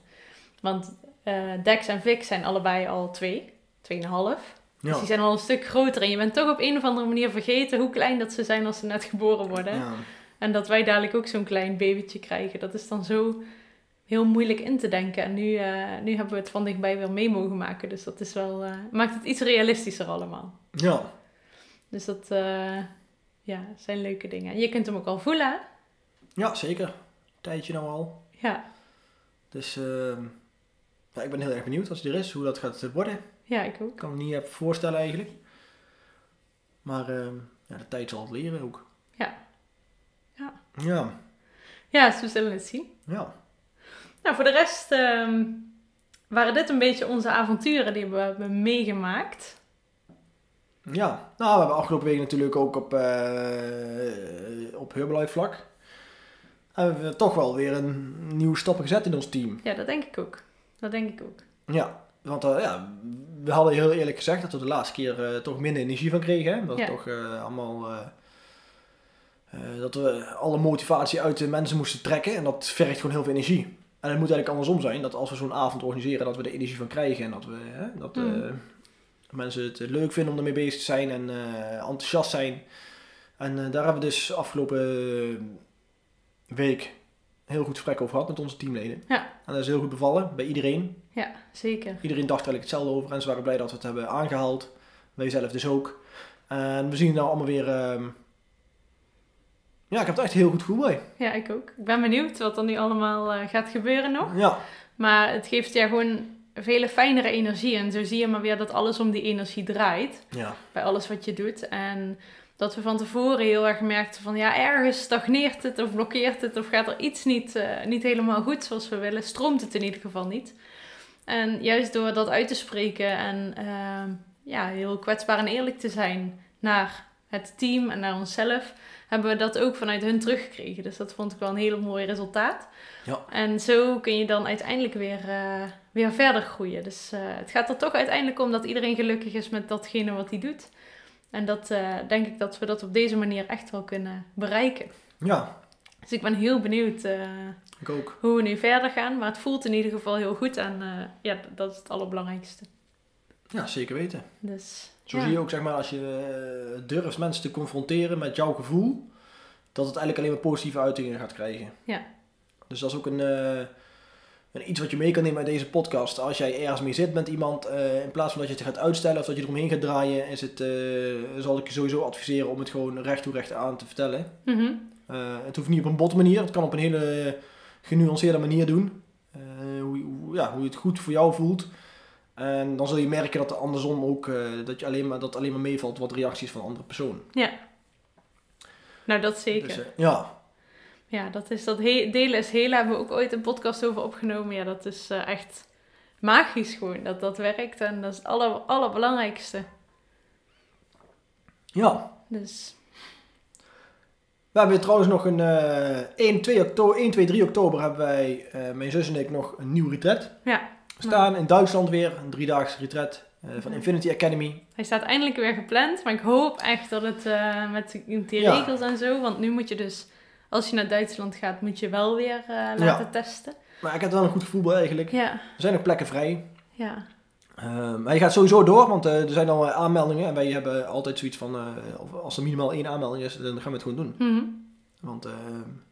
[SPEAKER 1] Want eh, Dex en Vic zijn allebei al twee, tweeënhalf. Dus
[SPEAKER 2] Ja.
[SPEAKER 1] die zijn al een stuk groter. En je bent toch op een of andere manier vergeten hoe klein dat ze zijn als ze net geboren worden.
[SPEAKER 2] Ja.
[SPEAKER 1] En dat wij dadelijk ook zo'n klein babytje krijgen. Dat is dan zo heel moeilijk in te denken. En nu, eh, nu hebben we het van dichtbij weer mee mogen maken. Dus dat is wel, eh, maakt het iets realistischer allemaal.
[SPEAKER 2] ja,
[SPEAKER 1] Dus dat eh, ja, zijn leuke dingen. En je kunt hem ook al voelen. hè?
[SPEAKER 2] ja, zeker. Tijdje nou al.
[SPEAKER 1] Ja,
[SPEAKER 2] Dus ehm, ja, ik ben heel erg benieuwd als hij er is, hoe dat gaat worden.
[SPEAKER 1] ja, ik ook.
[SPEAKER 2] Ik kan me niet even voorstellen eigenlijk. Maar ehm, ja, de tijd zal het leren ook.
[SPEAKER 1] Ja. Ja.
[SPEAKER 2] Ja,
[SPEAKER 1] Ja, dus we zullen het zien.
[SPEAKER 2] ja.
[SPEAKER 1] Nou, voor de rest ehm, waren dit een beetje onze avonturen die we hebben meegemaakt.
[SPEAKER 2] Ja. Nou, we hebben afgelopen week natuurlijk ook op, eh op Herbalife vlak. Hebben we toch wel weer een nieuwe stappen gezet in ons team.
[SPEAKER 1] Ja, dat denk ik ook. Dat denk ik ook.
[SPEAKER 2] Ja, want eh, ja, we hadden heel eerlijk gezegd dat we de laatste keer eh, toch minder energie van kregen. Hè? Dat
[SPEAKER 1] Ja.
[SPEAKER 2] het toch eh, allemaal. eh, eh, dat we alle motivatie uit de mensen moesten trekken. En dat vergt gewoon heel veel energie. En het moet eigenlijk andersom zijn. Dat als we zo'n avond organiseren, dat we de energie van krijgen. En dat, we, hè, dat eh,
[SPEAKER 1] Mm.
[SPEAKER 2] mensen het leuk vinden om ermee bezig te zijn. En eh, enthousiast zijn. En eh, daar hebben we dus afgelopen week heel goed gesprek over gehad met onze teamleden.
[SPEAKER 1] Ja.
[SPEAKER 2] En dat is heel goed bevallen bij iedereen.
[SPEAKER 1] Ja, zeker.
[SPEAKER 2] Iedereen dacht er eigenlijk hetzelfde over en ze waren blij dat we het hebben aangehaald. Wij zelf dus ook. En we zien het nou allemaal weer. ehm, Ja, ik heb het echt heel goed gevoel bij.
[SPEAKER 1] Ja, ik ook. Ik ben benieuwd wat er nu allemaal eh, gaat gebeuren nog.
[SPEAKER 2] Ja,
[SPEAKER 1] Maar het geeft ja gewoon vele fijnere energie. En zo zie je maar weer dat alles om die energie draait.
[SPEAKER 2] ja,
[SPEAKER 1] bij alles wat je doet. En dat we van tevoren heel erg merkten van ja, ergens stagneert het of blokkeert het of gaat er iets niet, eh, niet helemaal goed zoals we willen. Stroomt het in ieder geval niet. En juist door dat uit te spreken en eh, ja, heel kwetsbaar en eerlijk te zijn naar het team en naar onszelf, hebben we dat ook vanuit hun teruggekregen. Dus dat vond ik wel een heel mooi resultaat.
[SPEAKER 2] Ja.
[SPEAKER 1] En zo kun je dan uiteindelijk weer, eh, weer verder groeien. Dus eh, het gaat er toch uiteindelijk om dat iedereen gelukkig is met datgene wat hij doet. En dat eh, denk ik dat we dat op deze manier echt wel kunnen bereiken.
[SPEAKER 2] ja,
[SPEAKER 1] Dus ik ben heel benieuwd eh,
[SPEAKER 2] ik ook.
[SPEAKER 1] hoe we nu verder gaan. Maar het voelt in ieder geval heel goed en eh, ja, d- dat is het allerbelangrijkste.
[SPEAKER 2] Ja, zeker weten.
[SPEAKER 1] Dus,
[SPEAKER 2] Zo
[SPEAKER 1] ja.
[SPEAKER 2] zie je ook, zeg maar, als je eh, durft mensen te confronteren met jouw gevoel, dat het eigenlijk alleen maar positieve uitingen gaat krijgen.
[SPEAKER 1] Ja.
[SPEAKER 2] Dus dat is ook een, eh, een iets wat je mee kan nemen uit deze podcast. Als jij ergens mee zit met iemand, eh, in plaats van dat je het gaat uitstellen of dat je eromheen gaat draaien, is het, eh, zal ik je sowieso adviseren om het gewoon recht toe recht aan te vertellen.
[SPEAKER 1] Mhm.
[SPEAKER 2] Eh, het hoeft niet op een bot manier, het kan op een hele eh, genuanceerde manier doen. Eh, hoe, je- hoe- ja, hoe je het goed voor jou voelt. En dan zul je merken dat er andersom ook, eh, dat, je alleen maar, dat alleen maar meevalt wat reacties van andere personen.
[SPEAKER 1] Nou, dat zeker.
[SPEAKER 2] Dus, eh, ja,
[SPEAKER 1] Ja, dat is dat he- delen is helen. Hebben we ook ooit een podcast over opgenomen. Ja, dat is eh, echt magisch gewoon dat dat werkt. En dat is het aller, allerbelangrijkste.
[SPEAKER 2] ja.
[SPEAKER 1] Dus
[SPEAKER 2] We hebben trouwens nog een eh 1, 2 oktober, 1, 2, 3 oktober hebben wij, eh, mijn zus en ik, nog een nieuw retret
[SPEAKER 1] ja,
[SPEAKER 2] staan. In Duitsland weer, een driedaags retret eh, van Infinity Academy.
[SPEAKER 1] Hij staat eindelijk weer gepland, maar ik hoop echt dat het eh, met die
[SPEAKER 2] Ja.
[SPEAKER 1] regels en zo, want nu moet je dus, als je naar Duitsland gaat, moet je wel weer eh, laten testen.
[SPEAKER 2] Maar ik heb wel een goed gevoel bij eigenlijk.
[SPEAKER 1] Ja,
[SPEAKER 2] Er zijn nog plekken vrij.
[SPEAKER 1] ja,
[SPEAKER 2] Ehm hij gaat sowieso door, want eh, er zijn al eh, aanmeldingen. En wij hebben altijd zoiets van, eh, of als er minimaal één aanmelding is, dan gaan we het gewoon doen.
[SPEAKER 1] Mhm.
[SPEAKER 2] Want ehm,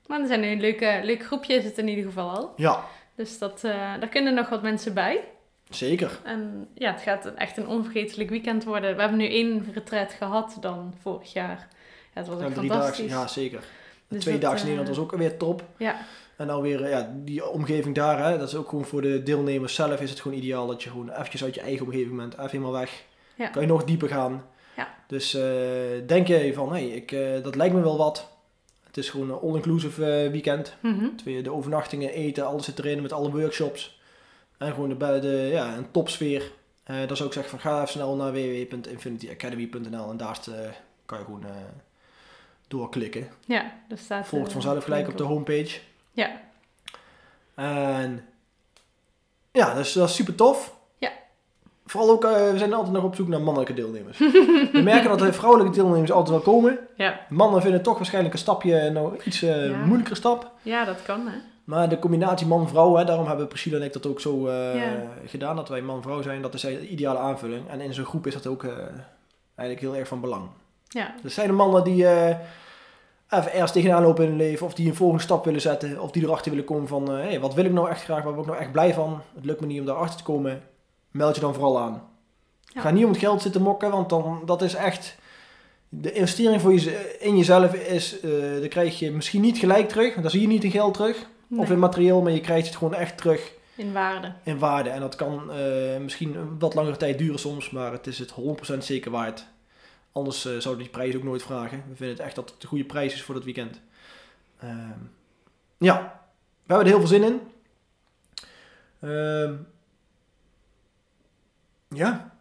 [SPEAKER 1] Maar er zijn nu een leuke, leuk groepje, is het in ieder geval al.
[SPEAKER 2] ja,
[SPEAKER 1] Dus dat, eh, daar kunnen nog wat mensen bij.
[SPEAKER 2] zeker.
[SPEAKER 1] En ja, het gaat een- echt een onvergetelijk weekend worden. We hebben nu één retret gehad dan vorig jaar. Ja, het was
[SPEAKER 2] En
[SPEAKER 1] echt
[SPEAKER 2] drie dagen,
[SPEAKER 1] fantastisch.
[SPEAKER 2] ja zeker. De
[SPEAKER 1] Dus
[SPEAKER 2] twee
[SPEAKER 1] dat,
[SPEAKER 2] dagen in
[SPEAKER 1] eh,
[SPEAKER 2] Nederland was ook weer top.
[SPEAKER 1] ja.
[SPEAKER 2] En dan weer eh, ja, die omgeving daar, hè, dat is ook gewoon voor de deelnemers zelf is het gewoon ideaal dat je gewoon eventjes uit je eigen omgeving bent, even helemaal weg.
[SPEAKER 1] Ja.
[SPEAKER 2] Kan je nog dieper gaan.
[SPEAKER 1] Ja.
[SPEAKER 2] Dus eh, denk je van, hé, ik eh, dat lijkt me wel wat. Het is gewoon een all-inclusive eh, weekend.
[SPEAKER 1] Mhm.
[SPEAKER 2] Twee- De overnachtingen, eten, alles zit erin met alle workshops. En gewoon de, be- de, ja, een topsfeer. Eh, dat is ook zeggen van, ga even snel naar www.infinityacademy.nl en daar eh, kan je gewoon eh, doorklikken.
[SPEAKER 1] ja, daar staat...
[SPEAKER 2] Volgt
[SPEAKER 1] eh,
[SPEAKER 2] vanzelf gelijk op de homepage.
[SPEAKER 1] Ja.
[SPEAKER 2] En ja, dus dat is super tof.
[SPEAKER 1] Ja.
[SPEAKER 2] Vooral ook, eh, we zijn altijd nog op zoek naar mannelijke deelnemers. we merken dat de vrouwelijke deelnemers altijd wel komen.
[SPEAKER 1] Ja.
[SPEAKER 2] Mannen vinden toch waarschijnlijk een stapje, nou iets eh
[SPEAKER 1] Ja.
[SPEAKER 2] moeilijker stap.
[SPEAKER 1] ja, dat kan hè.
[SPEAKER 2] Maar de combinatie man-vrouw, hè, daarom hebben Priscilla en ik dat ook zo eh,
[SPEAKER 1] Ja.
[SPEAKER 2] gedaan. Dat wij man-vrouw zijn, dat is de ideale aanvulling. En in zo'n groep is dat ook eh, eigenlijk heel erg van belang.
[SPEAKER 1] Ja,
[SPEAKER 2] Er zijn de mannen die eh, even ergens tegenaan lopen in hun leven, of die een volgende stap willen zetten, of die erachter willen komen van, eh, hey, wat wil ik nou echt graag, waar ben ik nou echt blij van, het lukt me niet om daarachter te komen, meld je dan vooral aan.
[SPEAKER 1] Ja.
[SPEAKER 2] Ga niet om het geld zitten mokken, want dan, dat is echt, de investering voor je, in jezelf is, eh dan krijg je misschien niet gelijk terug, want dan zie je niet in geld terug,
[SPEAKER 1] nee.
[SPEAKER 2] of in materieel, maar je krijgt het gewoon echt terug
[SPEAKER 1] in waarde.
[SPEAKER 2] in waarde. En dat kan eh, misschien een wat langere tijd duren soms, maar het is het 100% zeker waard. Anders eh, zouden we die prijs ook nooit vragen. We vinden het echt dat het de goede prijs is voor dat weekend. Ehm, ja, we hebben er heel veel zin in. Ehm, ja.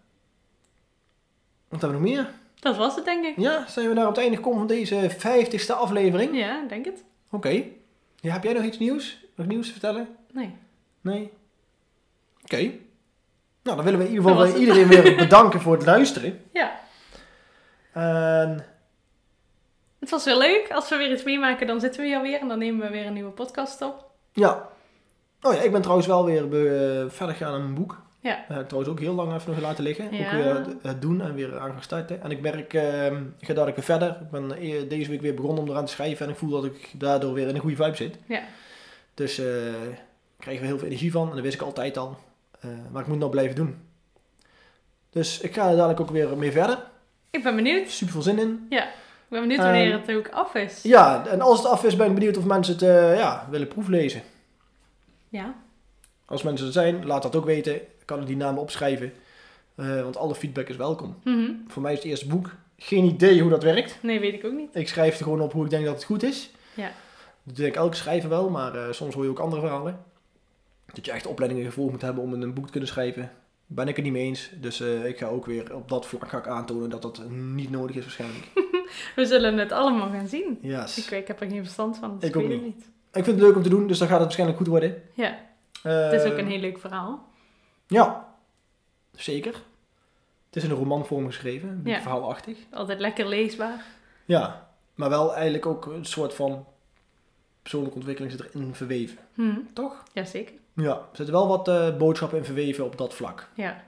[SPEAKER 2] Wat hebben we nog meer?
[SPEAKER 1] Dat was het denk ik.
[SPEAKER 2] Ja, zijn we daar op het einde gekomen van deze 50ste aflevering? Oké.
[SPEAKER 1] Ja, ik denk het.
[SPEAKER 2] Ja, heb jij nog iets nieuws? Nog nieuws te vertellen?
[SPEAKER 1] Nee.
[SPEAKER 2] Nee. Oké. Nou, dan willen we in ieder
[SPEAKER 1] Dat
[SPEAKER 2] geval
[SPEAKER 1] was
[SPEAKER 2] eh, iedereen weer bedanken voor het luisteren.
[SPEAKER 1] Ja,
[SPEAKER 2] En
[SPEAKER 1] het was weer leuk. Als we weer iets meemaken, dan zitten we hier weer en dan nemen we weer een nieuwe podcast op.
[SPEAKER 2] ja. Oh ja, ik ben trouwens wel weer be- eh, verder gegaan aan mijn boek.
[SPEAKER 1] Ja.
[SPEAKER 2] Dat heb ik trouwens ook heel lang even nog laten liggen.
[SPEAKER 1] Ja.
[SPEAKER 2] Ook weer het doen en weer aan gaan starten. En ik merk, ehm, ik ga dadelijk weer verder. Ik ben eh, deze week weer begonnen om eraan te schrijven. En ik voel dat ik daardoor weer in een goede vibe zit.
[SPEAKER 1] Ja.
[SPEAKER 2] Dus eh ik kreeg er heel veel energie van. En dat wist ik altijd al. Eh, maar ik moet nog blijven doen. Dus ik ga er dadelijk ook weer mee verder.
[SPEAKER 1] Ik ben benieuwd.
[SPEAKER 2] Super veel zin in.
[SPEAKER 1] Ik ben benieuwd wanneer het ook af is. Ja.
[SPEAKER 2] Ehm, Ja, en als het af is, ben ik benieuwd of mensen het eh, ja, willen proeflezen. Als mensen er zijn, laat dat ook weten. Ik kan er die namen opschrijven. Eh, want alle feedback is welkom.
[SPEAKER 1] Mhm.
[SPEAKER 2] Voor mij is het eerste boek. Geen idee hoe dat werkt.
[SPEAKER 1] Nee, weet ik ook niet.
[SPEAKER 2] Ik schrijf er gewoon op hoe ik denk dat het goed is.
[SPEAKER 1] Ja.
[SPEAKER 2] Dat denk ik elke schrijver wel, maar eh, soms hoor je ook andere verhalen. Dat je echt opleidingen gevolgd moet hebben om een boek te kunnen schrijven. Ben ik het niet mee eens. Dus eh, ik ga ook weer op dat vlak ga ik aantonen dat dat niet nodig is waarschijnlijk.
[SPEAKER 1] We zullen het allemaal gaan zien.
[SPEAKER 2] Yes.
[SPEAKER 1] Ik, weet- ik heb er geen verstand van. dus
[SPEAKER 2] Ik ook
[SPEAKER 1] weet het niet.
[SPEAKER 2] Ik vind het leuk om te doen, dus dan gaat het waarschijnlijk goed worden.
[SPEAKER 1] Ja, het is ook
[SPEAKER 2] Ehm,
[SPEAKER 1] een heel leuk verhaal.
[SPEAKER 2] Ja, zeker. Het is in een romanvorm geschreven, een beetje
[SPEAKER 1] Ja.
[SPEAKER 2] verhaalachtig.
[SPEAKER 1] Altijd lekker leesbaar.
[SPEAKER 2] Ja, maar wel eigenlijk ook een soort van persoonlijke ontwikkeling zit erin verweven,
[SPEAKER 1] Mhm.
[SPEAKER 2] toch?
[SPEAKER 1] Jazeker.
[SPEAKER 2] Ja, er zitten wel wat eh, boodschappen in verweven op dat vlak.
[SPEAKER 1] Ja.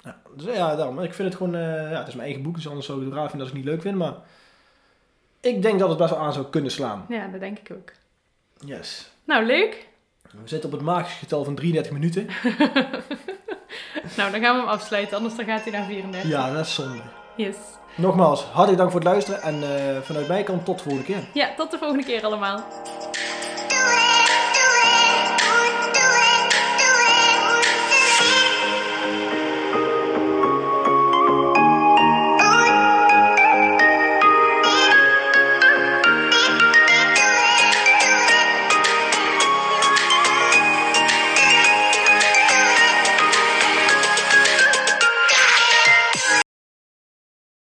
[SPEAKER 2] Ja, dus ja, daarom. Ik vind het gewoon, eh, ja, het is mijn eigen boek, dus anders zou ik het raar vinden als ik het niet leuk vind, maar ik denk dat het best wel aan zou kunnen slaan.
[SPEAKER 1] ja, dat denk ik ook.
[SPEAKER 2] Yes.
[SPEAKER 1] Nou, leuk.
[SPEAKER 2] We zitten op het magische getal van 33 minuten.
[SPEAKER 1] Nou, dan gaan we hem afsluiten. Anders dan gaat hij naar 34.
[SPEAKER 2] Ja, dat is zonde.
[SPEAKER 1] Yes.
[SPEAKER 2] Nogmaals, hartelijk dank voor het luisteren en eh, vanuit mij kant tot de volgende keer.
[SPEAKER 1] Ja, tot de volgende keer allemaal.